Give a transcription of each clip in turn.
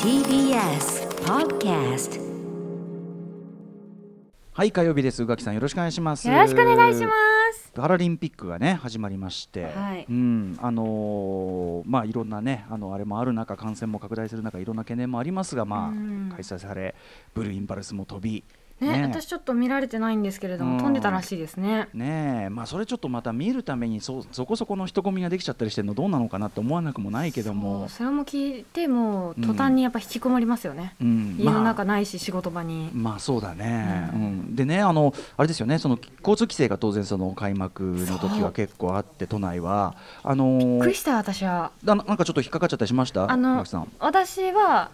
TBS Podcast はい火曜日です宇垣さんよろしくお願いしますよろしくお願いしますパラリンピックがね始まりまして、はいうんあのーまあいろんなねあのあれもある中感染も拡大する中いろんな懸念もありますがまうんあ開催されブルーインパルスも飛びねね私ちょっと見られてないんですけれども、うん飛んでたらしいですねねえまあそれちょっとまた見るためにそそこそこの人混みができちゃったりしてるのどうなのかなって思わなくもないけどそうもそれも聞いてもううん途端にやっぱ引きこもりますよね、うん家のまあ中ないし仕事場に、まあそうだね、ううんんでねあのあれですよねその交通規制が当然その開幕の時は結構あって都内はあのーびっくりしたよ私はだななんかちょっと引っかかっちゃったりしましたあの牧さん私は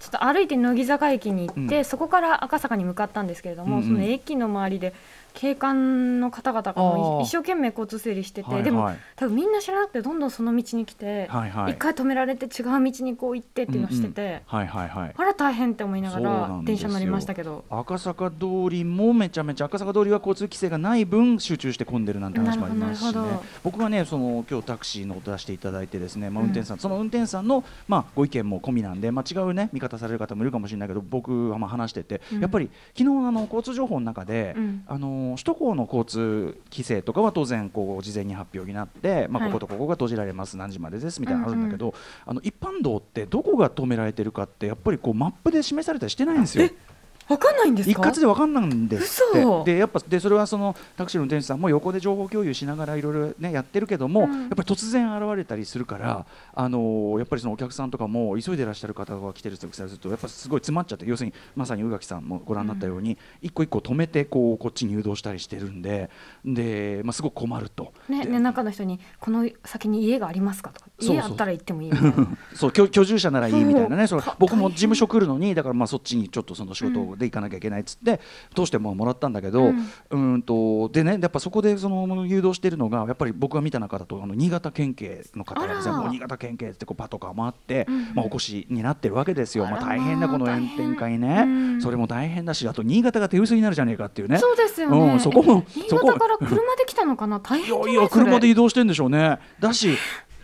ちょっと歩いて乃木坂駅に行って、うんそこから赤坂に向かったんですけれども、うんうんその駅の周りで警官の方々があもーう一生懸命交通整理してて、はいでもはい多分みんな知らなくてどんどんその道に来て、はいはい一回止められて違う道にこう行ってっていうのをしてて、はいはいはいあら大変って思いながそうならんで電す車よ乗りましたけど赤坂通りもめちゃめちゃ赤坂通りは交通規制がない分集中して混んでるなんて話もありますしなるほどなねるほど僕はねその今日タクシーの音出していただいてですね、まあ、う運ん転手さん、その運転手さんの、まあ、ご意見も込みなんで、まあ、違うね見方される方もいるかもしれないけど僕はまあ話してて、うんやっぱり昨日あの交通情報の中で、うんあの首都高の交通規制とかは当然こう事前に発表になって、まあ、はこいことここが閉じられます、何時までですみたいなのあるんだけど、あの一般道ってどこが止められてるかってやっぱりこうマップで示されたりしてないんですよ。わかんないんです一か括で分かんないんですっ嘘てでやっぱでそれはそのタクシーの運転手さんも横で情報共有しながらいろいろねやってるけども、うんやっぱり突然現れたりするから、あのーやっぱりそのお客さんとかも急いでらっしゃる方が来てるとするとやっぱすごい詰まっちゃって要するにまさに宇垣さんもご覧になったように、一個一個止めてこうこっちに誘導したりしてるんでで、まあ、すごく困ると。ね、でね中の人に「この先に家がありますか?」とか「そうそう家あったら行ってもいい」みたいなそう居居住者ならいいみたいなねそそうう僕も大変事務所来るのにだからまあそっちにちょっとその仕事で行かなきゃいけないっつって、通してもうもらったんだけど、ううんん、とでねやっぱそこでその誘導してるのがやっぱり僕が見た中だとあの新潟県警の方がですねあらもう新潟県警ってこうパトカーもあって、うんまあ、お越しになってるわけですよ、あまらあ、まあ大変だこの炎天下に大ね、変うんそれも大変だしあと新潟が手薄になるじゃねえかっていう ね。そうですよね、うんそこもえ新そこ潟から車で来たのかな大変いじゃないやいやそれ車で移動してんでしょうねだし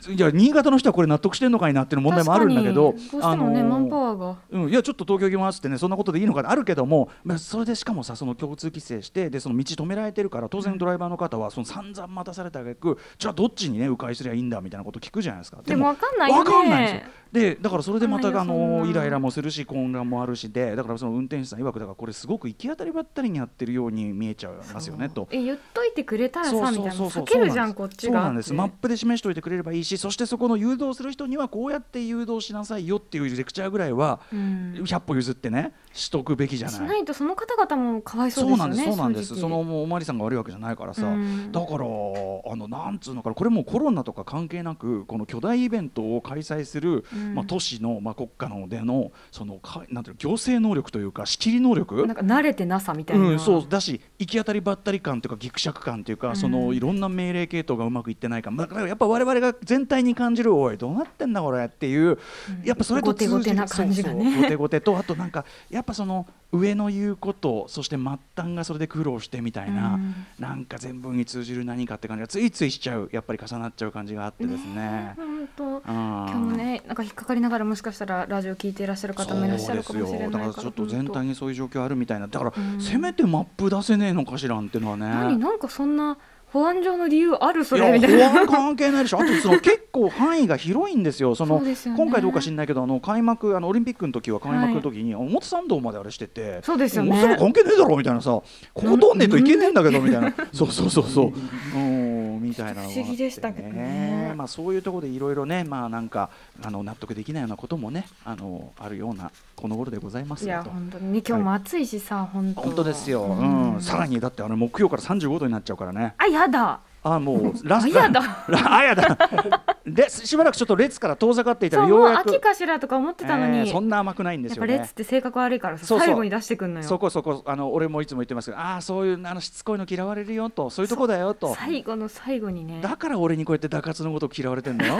いや新潟の人はこれ納得してんのかいなっていう問題もあるんだけど確かにどうしてもね、あのーマンパワーがうん、いやちょっと東京行きますってねそんなことでいいのかあるけども、まあ、それでしかもさその交通規制してでその道止められてるから当然ドライバーの方はその散々待たされた挙句じゃあどっちにね迂回すりゃいいんだみたいなこと聞くじゃないですかでもわかんないよわねかんないんですよでだからそれでまたわかあんないよのそんなイライラもするし混乱もあるしでだからその運転手さん曰くだからこれすごく行き当たりばったりにやってるように見えちゃいますよねとえ言っといてくれたらさそうみたいなそうそうそう避けるじゃんそうこなっですちがそうなんですマップで示しておいてくれればいいしそしてそこの誘導する人にはこうやって誘導しなさいよっていうレクチャーぐらいはうん100歩譲ってねしとくべきじゃしない。ないとその方々もかわいそうそうですなんです、よねそうなんです、正直そのもうおまりさんが悪いわけじゃないからさ、うんだから、あのなんつうのかな、これもうコロナとか関係なく、この巨大イベントを開催する、うんまあ、都市の、まあ、国家のでのそのかなんていうの行政能力というか、仕切り能力なんか慣れてなさみたいな、うん、そうだし行き当たりばったり感というかぎくしゃく感というか、うんそのいろんな命令系統がうまくいってない感だからやっぱ我々が全体に感じるおいどうなってんだこれっていう、やっぱそれと通じるゴテゴテな感じがねそうそうゴテゴテとあとなんかやっぱその上の言うことそして末端がそれで苦労してみたいな、うんなんか全文に通じる何かって感じがついついしちゃうやっぱり重なっちゃう感じがあってですね。本当今今日もねなんか引っかかりながらもしかしたらラジオ聞いていらっしゃる方もいらっしゃるかもしれないからそうですよだからちょっと全体にそういう状況あるみたいなだから、うんせめてマップ出せねえのかしらんっていうのはね何なんかそんな保安上の理由あるそいれみたい やな保安関係ないでしょあとその 結構範囲が広いんですよそのそうですよね今回どうか知んないけどあの開幕あのオリンピックの時は開幕の時に、あの表参道まであれしててそうですよねもそれ関係ねえだろみたいなさここ通んねえといけねえんだけどみたいなそうそうそうそううんみたいなのがあって不思議でしたけどねまあそういうところでいろいろねまあなんかあの納得できないようなこともねあのあるようなこの頃でございますいよやと。本当にね今日も暑いしさ本当本当ですよ、ううんんさらにだってあの木曜から35度になっちゃうからねあやだあもうラスあやだラ あやだでしばらくちょっと列から遠ざかっていたそらうよもううやく秋かしらとか思ってたのえに、ーそんな甘くないんでやすっぱよ列ねって性格悪いからさそうそう最後に出してくんのよそこそこあの俺もいつも言ってますけどああそういうあのしつこいの嫌われるよとそういうとこだよと最後の最後にねだから俺にこうやって打活のことを嫌われてんだ よ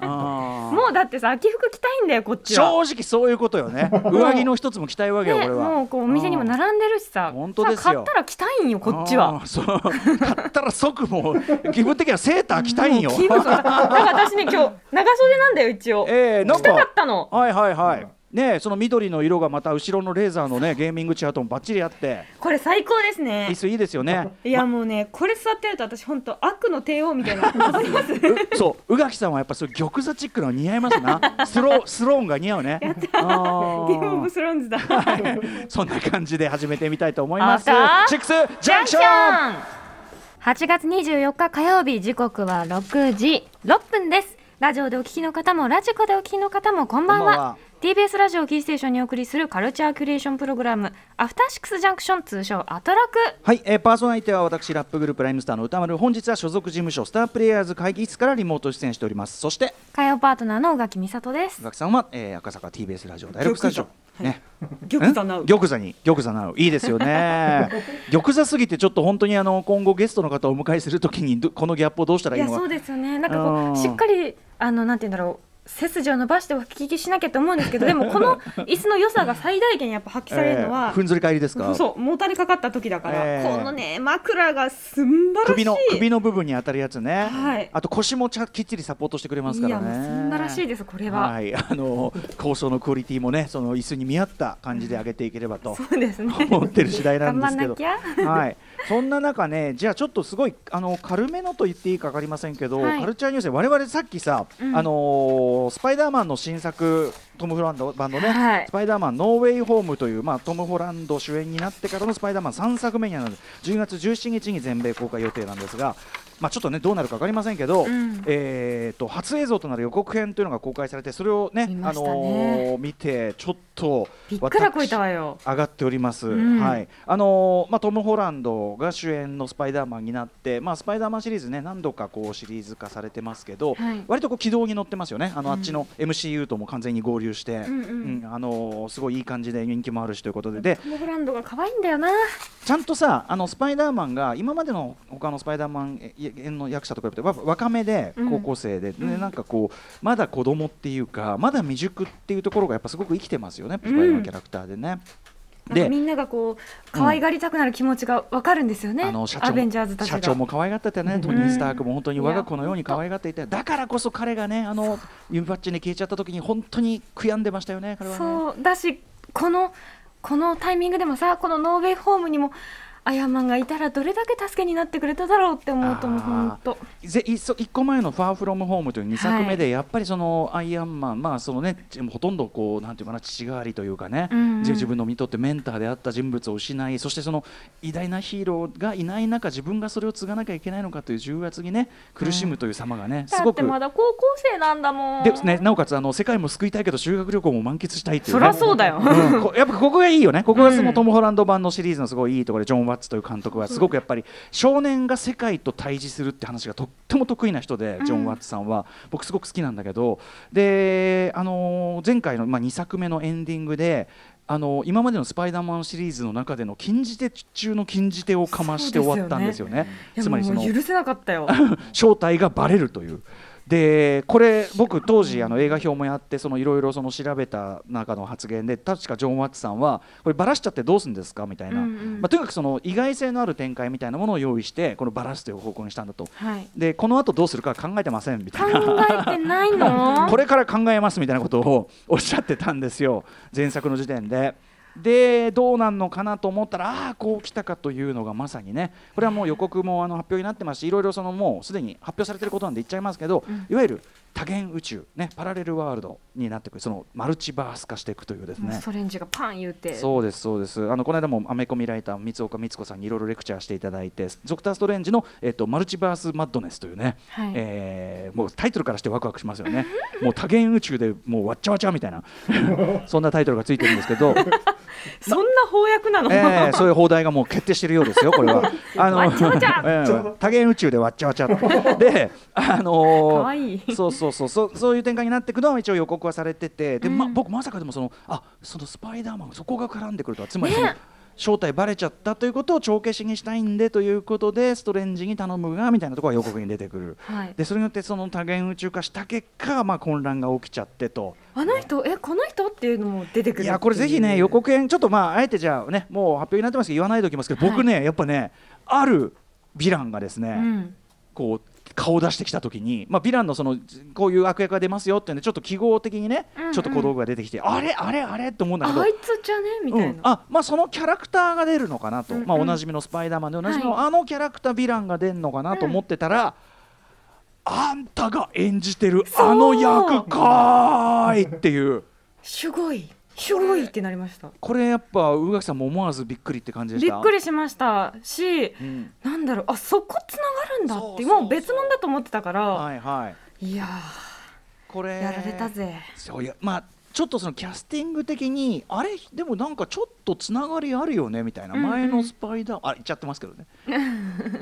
あーもうだってさ秋服着たいんだよこっちは正直そういうことよ ね上着の一つも着たいわけよね俺はもうこうお店にも並んでるしさ本当ですよさ買ったら着たいんよこっちはあーそう買ったら即もう気分的にはセーター着たいんよもう着るぞなんか私ね今日長袖なんだよ一応。えー、なん着たかかったの。はいはいはいねえその緑の色がまた後ろのレーザーのね ゲーミングチャートもバッチリあってこれ最高ですね椅。子いいですよね いやもうねこれ座ってると私本当悪の帝王み たいな。わかります。うそう宇垣さんはやっぱそういう玉座チックなの似合います なスロースローンが似合うねやったゲームオブスローンズだ。そんな感じで始めてみたいと思いますあーさチックスジャンクション8月24日火曜日時刻は6時6分ですラジオでお聞きの方もラジコでお聞きの方もこんばんはこんばんは TBS ラジオをキーステーションにお送りするカルチャーキュレーションプログラムアフターシックスジャンクション通称アトラクはい、えーパーソナリティは私ラップグループライムスターの歌丸本日は所属事務所スタープレイヤーズ会議室からリモート出演しておりますそして火曜パートナーの宇垣美里です宇垣さんは、えー赤坂 TBS ラジオ第6スタジオね玉座なう。玉座に玉座なういいです よね玉座すぎてちょっと本当にあの今後ゲストの方をお迎えするときにどこのギャップをどうしたらいいいやのそうかですよねなんかうこんうしっかりあのなんて言うんだろう背筋を伸ばしてお聞きしなきゃと思うんです けどでもこの椅子の良さが最大限やっぱ発揮されるのえーは、ふんぞり返りですかそうもたれかかった時だから、ええこのね枕がすんばらしい首の首の部分に当たるやつね、はいあと腰もちゃきっちりサポートしてくれますからねいやもうすんばらしいですこれは、はい、あの構想のクオリティもね、その椅子に見合った感じで上げていければとそうですね思ってる次第なん頑で張んすけなどき、ゃ はい、そんな中ね、じゃあちょっとすごいあの軽めのと言っていいかわかりませんけど、はいカルチャーニュースで我々さっきさ、うんあのースパイダーマンの新作トム・フランドバンドね、はいスパイダーマンノーウェイホームという、まあ、トム・ホランド主演になってからのスパイダーマン3作目になる10月17日に全米公開予定なんですが、まあ、ちょっとねどうなるか分かりませんけど、うんえー、と初映像となる予告編というのが公開されてそれをね見あましたねのー見てちょっとびっくらこいたわよ上がっております、んはいあのーまあ、トム・ホランドが主演のスパイダーマンになって、まあ、スパイダーマンシリーズね何度かこうシリーズ化されてますけど、はい割とこう軌道に乗ってますよねあの、あっちの MCU とも完全に合流して、んうんうんあのーすごいいい感じで人気もあるしということででトム・ブランドが可愛いんだよなちゃんとさあのスパイダーマンが今までの他のスパイダーマンえの役者と比べてわ若めでうん高校生で、ねなんかこうまだ子供っていうかまだ未熟っていうところがやっぱすごく生きてますよねスパイダーマンキャラクターでね。なんかみんながこう可愛がりたくなる気持ちがわかるんですよね、あの社ア長ベンジャーズたもちが社長も可愛がっててね、トニー・スタークも本当にうん我が子のように可愛がっていて、だからこそ彼がね、あの指パッチンで消えちゃった時に本当に悔やんでましたよね、彼はね。そうだしこのこのタイミングでもさこのノーベイホームにもアヤマンがいたらどれだけ助けになってくれただろうって思うともうあー本当ぜ一そ一個前の「ファーフロムホームという2作目で、はやっぱりそのアイアンマン、まあそのね、ちほとんどこうなんていうかな父代わりというかね、うんうん自自分の身にとってメンターであった人物を失いそしてその偉大なヒーローがいない中自分がそれを継がなきゃいけないのかという重圧にね苦しむという様がね、すだごっくてまだ高校生なんだもんでね、なおかつあの世界も救いたいけど修学旅行も満喫したいっていう、そね、りゃそうだよ、うんこやっぱここがいい よね、ここがそのうんトム・ホランド版のシリーズのすごいいいところで、ジョン・ワッツという監督は、すごくやっぱり少年が世界と対峙するって話がとっても得意な人で、ジョン・ワッツさんは、僕、すごく好きなんだけど、であのー前回の、まあ、2作目のエンディングで、あのー今までのスパイダーマンシリーズの中での禁じ手中の禁じ手をかまして終わったんですよね。いやつまりそのもう許せなかったよ正体がバレるという。でこれ僕当時あの映画表もやってそのいろいろその調べた中の発言で確かジョン・ワッツさんはこれバラしちゃってどうするんですかみたいうな、んうんまあ、とにかくその意外性のある展開みたいなものを用意してこのバラすという方向にしたんだとはいでこの後どうするか考えてませんみ考たいなえてない のこれから考えますみたいなことをおっしゃってたんですよ前作の時点で。でどうなんのかなと思ったらああこう来たかというのがまさにねこれはもう予告もあの発表になってますしいろいろそのもうすでに発表されてることなんで言っちゃいますけど、いわゆる多元宇宙、ね、パラレルワールドになってくるそのマルチバース化していくというですもうねソレンジがパン言うてそうですそうですあのこの間もアメコミライター三岡光子さんにいろいろレクチャーしていただいて「ドクター・ストレンジの」えっとマルチバース・マッドネス」というね、はいえーもうタイトルからしてワクワクしますよねもう多元宇宙でもうわっちゃわちゃ みたいなそんなタイトルがついてるんですけど、そんな翻訳なの、えーそういう放題がもう決定してるようですよこ れは。あのわっちゃわちゃえー多元宇宙でわっちゃわちゃであのー可愛いそうそうそうそうそういう展開になっていくのは一応予告はされててで、まうん僕まさかでもそのあそのスパイダーマンそこが絡んでくるとはつまりその、ね正体バレちゃったということを帳消しにしたいんでということでストレンジに頼むがみたいなところが予告に出てくる、 はいでそれによってその多元宇宙化した結果、まあ、混乱が起きちゃってと。あの人えこの人っていうのも出てくるいやこれぜひね予告編ちょっとまああえてじゃあねもう発表になってますけど言わないでおきますけど、僕ねやっぱねあるヴィランがですね、うんこう顔を出してきた時に、まあ、ヴィランのそのこういう悪役が出ますよっていうんでちょっと記号的にね、うんうんちょっと小道具が出てきてあれあれあれって思うんだけどあいつじゃねみたいうんな、あまあそのキャラクターが出るのかなと、うんうんまあ、おなじみのスパイダーマンでおなじみの、はあのキャラクターヴィランが出るのかなと思ってたら、あんたが演じてるうあの役かーいっていうすごいすごいってなりましたこれやっぱ宇垣さんも思わずびっくりって感じでしびったくりしましたしうんなんだろうあそこつながるんだそうっそてうそうもう別物だと思ってたから、はいはいい、やこれーやられたぜ、そういやまあちょっとそのキャスティング的にあれでもなんかちょっとつながりあるよねみたいな、うんうん前のスパイダーあ言っちゃってますけど ね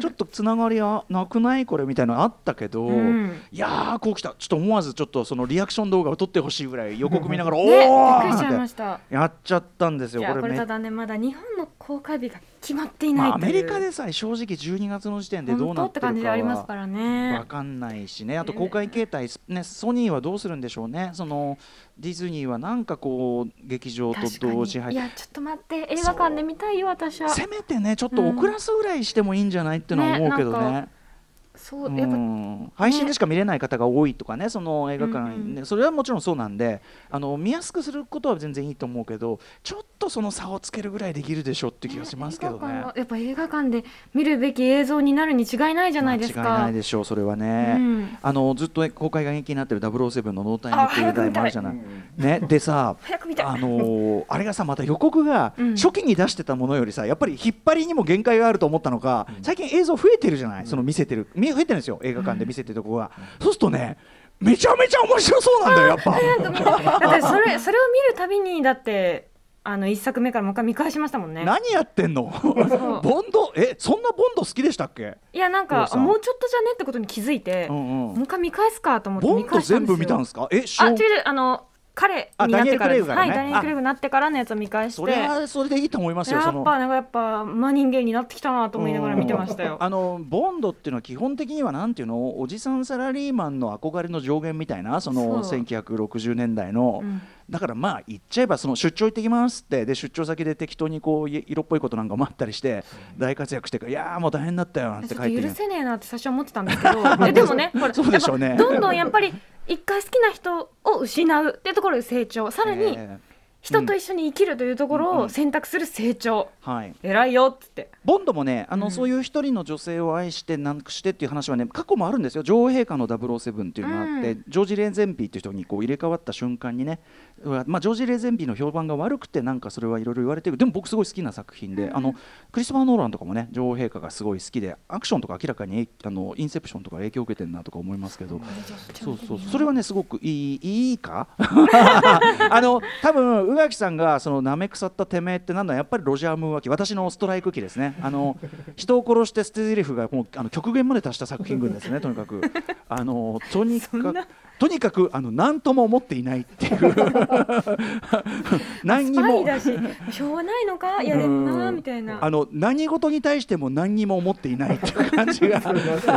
ちょっとつながりあなくないこれみたいなのあったけど、うんいやーこう来たちょっと思わずちょっとそのリアクション動画を撮ってほしいぐらい予告見ながら、おねびーっくりしちゃいなんまてしたやっちゃったんですよじゃあこれめただねまだ日本の公開日が決まっていまないあ、アというメリカでさえ正直12月の時点でどうな本当っっててるか感じでありますはからわねかんないしね、あと公開形態、ね、ソニーはどうするんでしょうね、そのディズニーはなんかこう、劇場と確か同に時配いやちょっと待って映画館で見たいよ私はせめてね、ちょっと遅らすぐらいしてもいいんじゃないってのは思うけどねなね。そううやっぱん配信でしか見れない方が多いとかね、その映画館、ねうんそれはもちろんそうなんであの、見やすくすることは全然いいと思うけど、ちょっとその差をつけるぐらいできるでしょうって気がしますけど映画ね館は。やっぱ映画館で見るべき映像になるに違いないじゃないですか。間違いないでしょう、それはね。うんあのずっと公開が延期になってる007のノータイムっていう題もあるじゃない。ね、でさ、早く見たい。 あのーあれがさまた予告がうん初期に出してたものよりさやっぱり引っ張りにも限界があると思ったのか、最近映像増えてるじゃない、その見せてるみ増えてるんですよ映画館で見せてるとこが、そうするとねめちゃめちゃ面白そうなんだよやっ ぱ。だってそれそれを見るたびにだってあの一作目からもう一回見返しましたもんね。何やってんの そうボンドえそんなボンド好きでしたっけ、いやなんどうかしたもうちょっとじゃねってことに気づいて、うんうんもう一回見返すかと思ってボ見ンド返した全んですよ。部見たんですかえしょあ違う違うあの彼になってからですあはダニエルクレイグがねいダニエルクレイグになってからのやつを見返して。それはそれでいいと思いますよやそっのぱなんかやっぱ真人間になってきたなと思いながら見てましたようん。あのボンドっていうのは基本的にはなんていうのおじさんサラリーマンの憧れの上限みたいなそのそう1960年代の、うんだからまあ言っちゃえばその出張行ってきますってで出張先で適当にこうい色っぽいことなんかもあったりして大活躍してからいやーもう大変だったよなんちてょ書いってとる許せねえなって最初は思ってたんです けどえでもねほらそうでしょうねやっぱどんどんやっぱり一回好きな人を失うっていうところで成長さらにえ人と一緒に生きるというところうんを選択する成長、ーはい偉いよっつってボンドもねあの、うんそういう一人の女性を愛してなくしてっていう話はね過去もあるんですよ女王陛下の007っていうのがあって、うジョージ・レーゼンピーっていう人にこう入れ替わった瞬間にね、うわまあ、ジョージ・レーゼンピーの評判が悪くてなんかそれはいろいろ言われてるでも僕すごい好きな作品で、あのクリストファー・ノーランとかもね女王陛下がすごい好きでアクションとか明らかにあのインセプションとか影響を受けてるなとか思いますけど。そうそうそれはねすごくいいいいかあの多分宇垣さんがその舐め腐ったてめえってなんだやっぱりロジャー・ムーアキ私のストライク機ですねあの人を殺して捨て台詞がもうあの極限まで達した作品群ですねとにかくあのとにかくとにかくあの何とも思っていないっていう 何にスパイもだししょうがないのかいやでもなーみたいなあの何事に対しても何にも思っていないっていう感じが。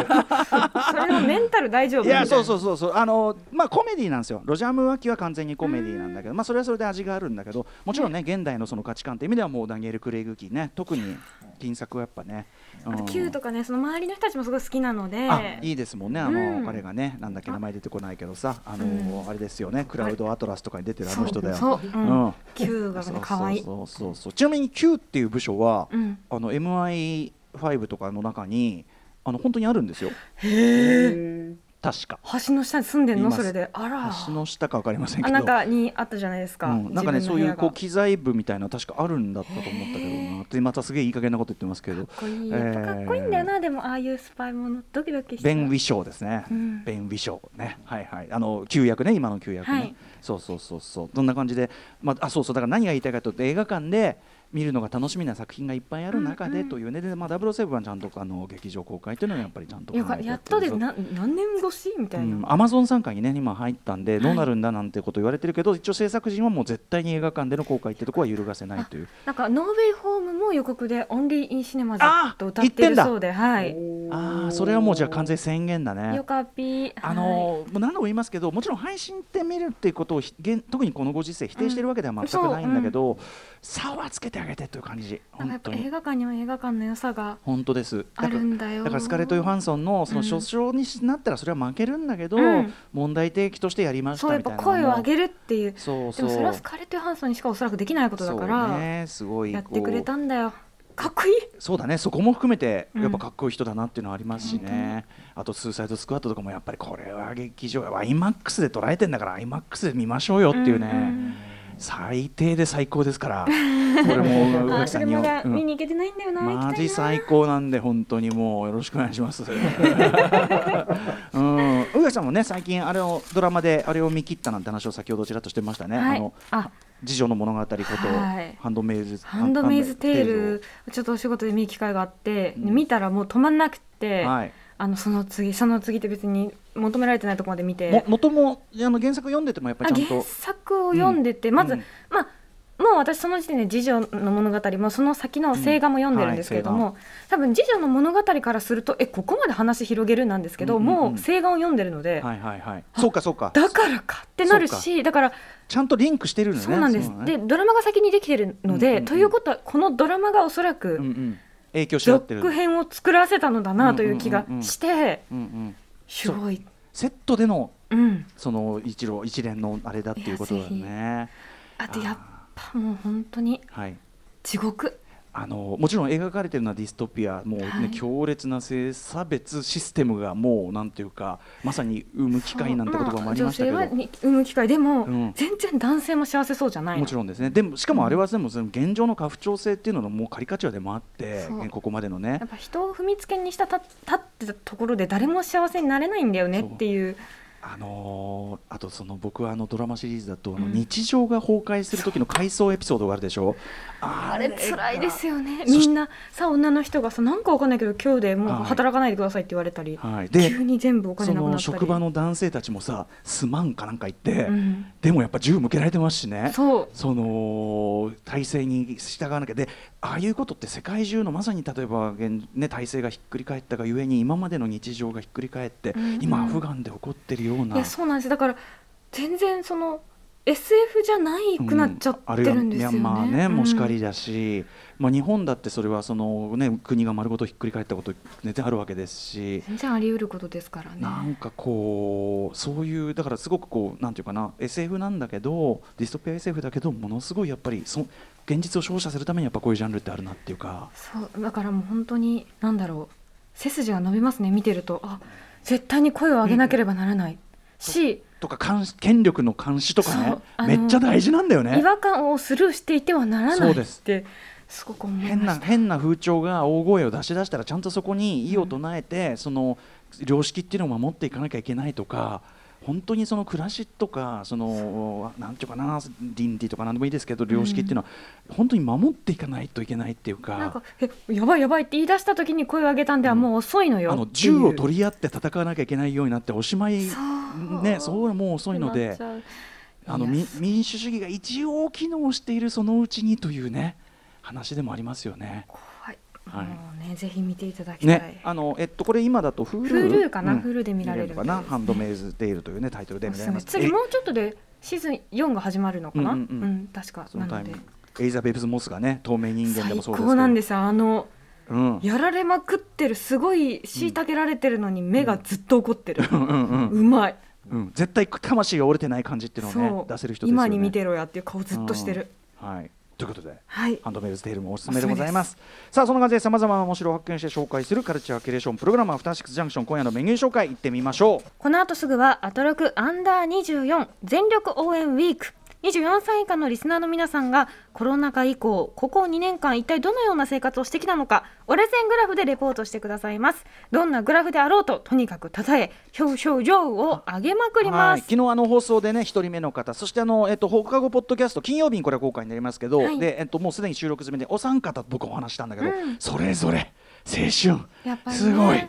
それはメンタル大丈夫いやそううそうそうそうあのまあコメディなんですよロジャー・ムーアキは完全にコメディなんだけどまあそれはそれで味があるんだけどもちろんね現代のその価値観って意味ではもうダニエル・クレイグ期ね特に金作はやっぱね、うんあと Q とかねその周りの人たちもすごい好きなのであいいですもんねあの、うん彼がねなんだっけ名前出てこないけどさあの、うんあれですよねクラウド・アトラスとかに出てるあそのう人だよそう、ううんん Q がね可愛いそうそうそうそうちなみに Q っていう部署は、うんあの MI5 とかの中にあの本当にあるんですよ確か橋の下に住んでんいのますそれであら橋の下かわかりませんけあどなんかにあったじゃないですか、うん、なんかね自そ分ういの部屋うがこう機材部みたいな確かあるんだったと思ったけどなでまたすげえいい加減なこと言ってますけどかっこいいやっぱかっこいいんだよな、でもああいうスパイものドキドキしてベン・ウィショーですね、うんベン・ウィショーねはいはいあの旧約ね今の旧約ね、はいそうそうそうそうどんな感じで、まあ、あそうそうだから何が言いたいかというと映画館で見るのが楽しみな作品がいっぱいある中でというね、でまあ、007はちゃんとあの劇場公開というのはやっぱりちゃんと考よえてかるやっとでそうな何年越しみたいな、アマゾン参加にね今入ったんでどうなるんだなんてこと言われてるけど、一応制作陣はもう絶対に映画館での公開ってとこは揺るがせないというなんかノーウェイホームも予告でオンリーインシネマズあーと歌ってるそうではいああそれはもうじゃあ完全に宣言だねよ。かぴーあのーもう何度も言いますけどもちろん配信って見るっていうことをひ現特にこのご時世否定してるわけでは全くないんだけど、差はつけててあげてという感じなんかや本っ当ぱに映画館には映画館の良さが本当ですあだかるらんだよだからスカーレット・ヨハンソンのそのうん初章になったらそれは負けるんだけど、うん問題提起としてやりましそうたやみったぱいな声を上るげるっていうそうでそうもそれはスカーレット・ヨハンソンにしかおそらくできないことだかそうらねすごいこうやってくれたんだよかっこいいそうだねそこも含めてうんやっぱかっこいい人だなっていうのはありますしね、あと「スーサイドスクワット」とかもやっぱりこれは劇場ワイマックスで捉えてんだからアイマックスで見ましょうよっていうね、うんうん最低で最高ですからこれもう上あー木そされんにまはだうん見に行けてないんだよな、行きたいマなジ最高なんで本当にもうよろしくお願いします。うん、宇垣さんもね最近あれをドラマであれを見切ったなんて話を先ほどちらっとしてましたね。はあいのあ次女の物語こと、はいハンドメイズハンドメイズテーをルちょっとお仕事で見る機会があって、うん見たらもう止まんなくて、はい。あのその次その次って別に求められてないとこまで見ても元もあの原作読んでてもやっぱありちゃん原と作を読んでて、まず、うんまあもう私その時点で次女の物語もその先の静画も読んでるんですけれども、うん多分次女の物語からするとえここまで話広げるなんですけど、うんうんうんもう静画を読んでるので、はいはいはい。そうかそうか。だからかってなるそしだからちゃんとリンクしてるのね。そうなんです、のねでドラマが先にできてるので、うんうんうんということはこのドラマがおそらうんうくん。影響し合ってる。続編を作らせたのだなという気がして、うんうん。すごい。セットでのうんその一路一連のあれだっていうことだよいね。あとやっぱもう本当にはい。地獄あのもちろん描かれてるのはディストピアもう、ねはい強烈な性差別システムがもうなんていうかまさに生む機会なんて言葉もありましたけど、女性はに産む機会でも、うん全然男性も幸せそうじゃないのもちろんですねでもしかもあれはでもその現状の家父長性っていうののもうカリカチュアでもあってそうここまでのねやっぱ人を踏みつけにしたた立ってたところで誰も幸せになれないんだよねっていうあのーあとその僕はあのドラマシリーズだとあのうん日常が崩壊する時の回想エピソードがあるでしょ、ああれ辛いですよねそしみんなさ女の人がさなんかわかんないけど今日でもはうい働かないでくださいって言われたり、はい、で急に全部お金そなくなったのり職場の男性たちもさすまんかなんか言って、うんでもやっぱ銃向けられてますしねそうその体制に従わなきゃでああいうことって世界中のまさに例えば現、ね、体制がひっくり返ったがゆえに今までの日常がひっくり返って、うん今アフガンで起こってるようないやそうなんですだから全然その SF じゃないくなっちゃってるんですよね、うんあるいはミャンマーね、もしかうんりだし、まあ、日本だってそれはその、ね、国が丸ごとひっくり返ったこと全然あるわけですし。全然あり得ることですからねなんかこうそういうだからすごくこうなんていうかな SF なんだけどディストピア SF だけどものすごいやっぱりそ現実を照射するためにやっぱこういうジャンルってあるなっていうかそうだからもう本当に何だろう背筋が伸びますね見てるとあ絶対に声を上げなければならない、し、とか監視権力の監視とかねそうあめのっちゃ大事なんだよね違和感をスルーしていてはならなそいうっですてすごく思い変まなした変な風潮が大声を出し出したらちゃんとそこに異を唱えて、その良識っていうのを守っていかなきゃいけないとか本当にその暮らしとかそのなんていうかな倫理とか何でもいいですけど良識っていうのは本当に守っていかないといけないっていうか。なんかえやばいやばいって言い出した時に声を上げたんではもう遅いのよあっていう、の銃を取り合って戦わなきゃいけないようになっておしまいそうねそうもう遅いのなっでちゃうあのいやみ民主主義が一応機能しているそのうちにというね話でもありますよね。はい、はいもうねぜひ見ていただきたい、ね、あのえっとこれ今だと Hulu, Hulu かなうん Hulu で見られるのかな、みたいですねハンドメイズテイルというねタイトルでお見すらすれめます。次えもうちょっとでシーズン4が始まるのかな、ううんんうんうん確かそなのタイのミでングエイザベーブスモスがね透明人間で最もそうですけど高なんですよあのうん、やられまくってるすごい虐げられてるのに目がずっと怒ってる、うんうんうまいうんうん絶対魂が折れてない感じっていうのをね出せる人ですよね。今に見てろやっていう顔ずっとしてる、はいということで。はいハンドメイズテールもおすすめでございますさあその感じでさまざまな面白を発見して紹介するカルチャーキュレーションプログラムアフターシックスジャンクション今夜のメニュー紹介いってみましょうこの後すぐはアトロクアンダー24全力応援ウィーク24歳以下のリスナーの皆さんがコロナ禍以降ここ2年間一体どのような生活をしてきたのか折れ線グラフでレポートしてくださいますどんなグラフであろうととにかくたたえ表彰状を上げまくりまはいす昨日あの放送でね一人目の方そしてあのえっと放課後ポッドキャスト金曜日にこれは公開になりますけど、はいでえっともうすでに収録済みでお三方と僕お話ししたんだけど、うんそれぞれ青春やっぱりねすごい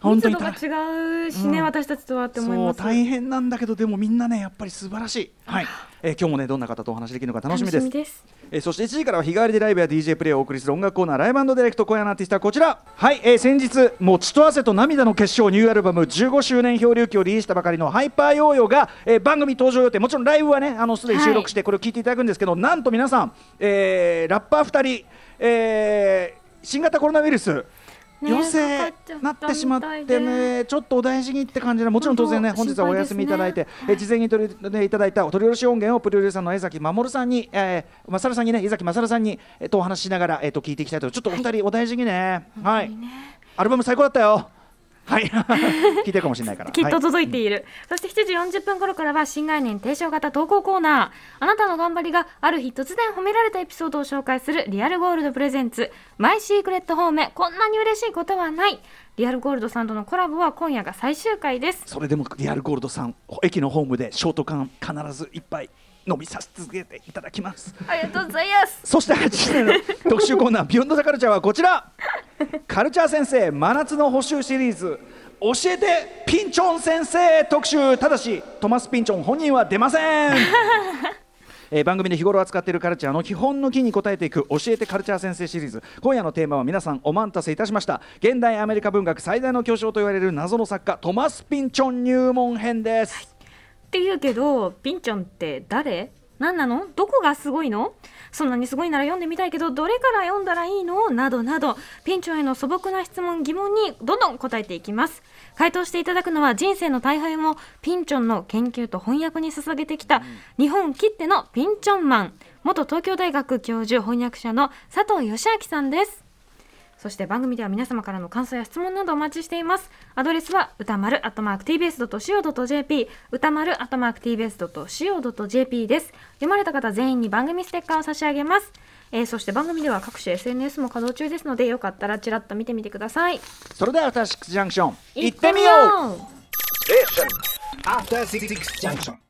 本当密度にが大違うしね、うん私たちとはって思いそまうす。大変なんだけどでもみんなねやっぱり素晴らしい、はいえー今日もねどんな方とお話できるのか楽しみですです。えーそして1時からは日替わりでライブや DJ プレイをお送りする音楽コーナーライブディレクト今夜のアーティストはこちらはい、えー先日「もう血と汗と涙の結晶」ニューアルバム15周年漂流記をリリースしたばかりのハイパーヨーヨーが、えー番組登場予定もちろんライブはねあのすでに収録してこれを聞いていただくんですけど、なんと皆さん、えーラッパー2人、えー新型コロナウイルスね陽性かかっちゃったみたいでなってしまってね、ちょっとお大事にって感じで、もちろん当然ね、本本当日はお休みいただいて、え事前に取り入れていただいたお取り寄せ音源をプロデューサーの江崎守さんに、えー、まさるさんにね、江崎まさるさんに、えー、とお話ししながら、えー、と聞いていきたいと、ちょっとお二人、お大事にね、はい、アルバム最高だったよ。はい、 聞いてるかもしれないから。きっはいと届いている、そして7時40分頃からは新概念提唱型投稿コーナーあなたの頑張りがある日突然褒められたエピソードを紹介するリアルゴールドプレゼンツマイシークレットホームこんなに嬉しいことはないリアルゴールドさんとのコラボは今夜が最終回ですそれでもリアルゴールドさん、駅のホームでショート缶、必ず一杯飲みさせ続けていただきます。ありがとうございますそして8時の特集コーナー「ビヨンドザカルチャーはこちらカルチャー先生真夏の補習シリーズ教えてピンチョン先生特集ただしトマス・ピンチョン本人は出ませんえー番組で日頃扱っているカルチャーの基本の木に応えていく「教えてカルチャー先生」シリーズ今夜のテーマは皆さんお待たせいたしました現代アメリカ文学最大の巨匠と言われる謎の作家トマス・ピンチョン入門編です、って言うけどピンチョンって誰何なのどこがすごいのそんなにすごいなら読んでみたいけどどれから読んだらいいのなどなどピンチョンへの素朴な質問疑問にどんどん答えていきます回答していただくのは人生の大半をピンチョンの研究と翻訳に捧げてきた日本きってのピンチョンマン元東京大学教授翻訳者の佐藤義明さんですそして番組では皆様からの感想や質問などお待ちしています。アドレスは歌丸アットマーク tbs.co.jp 歌丸アットマーク tbs.co.jp です。読まれた方全員に番組ステッカーを差し上げます。えーそして番組では各種 SNS も稼働中ですのでよかったらちらっと見てみてください。それでは「アフターシックス・ジャンクション」い行ってみようう After Six Junction.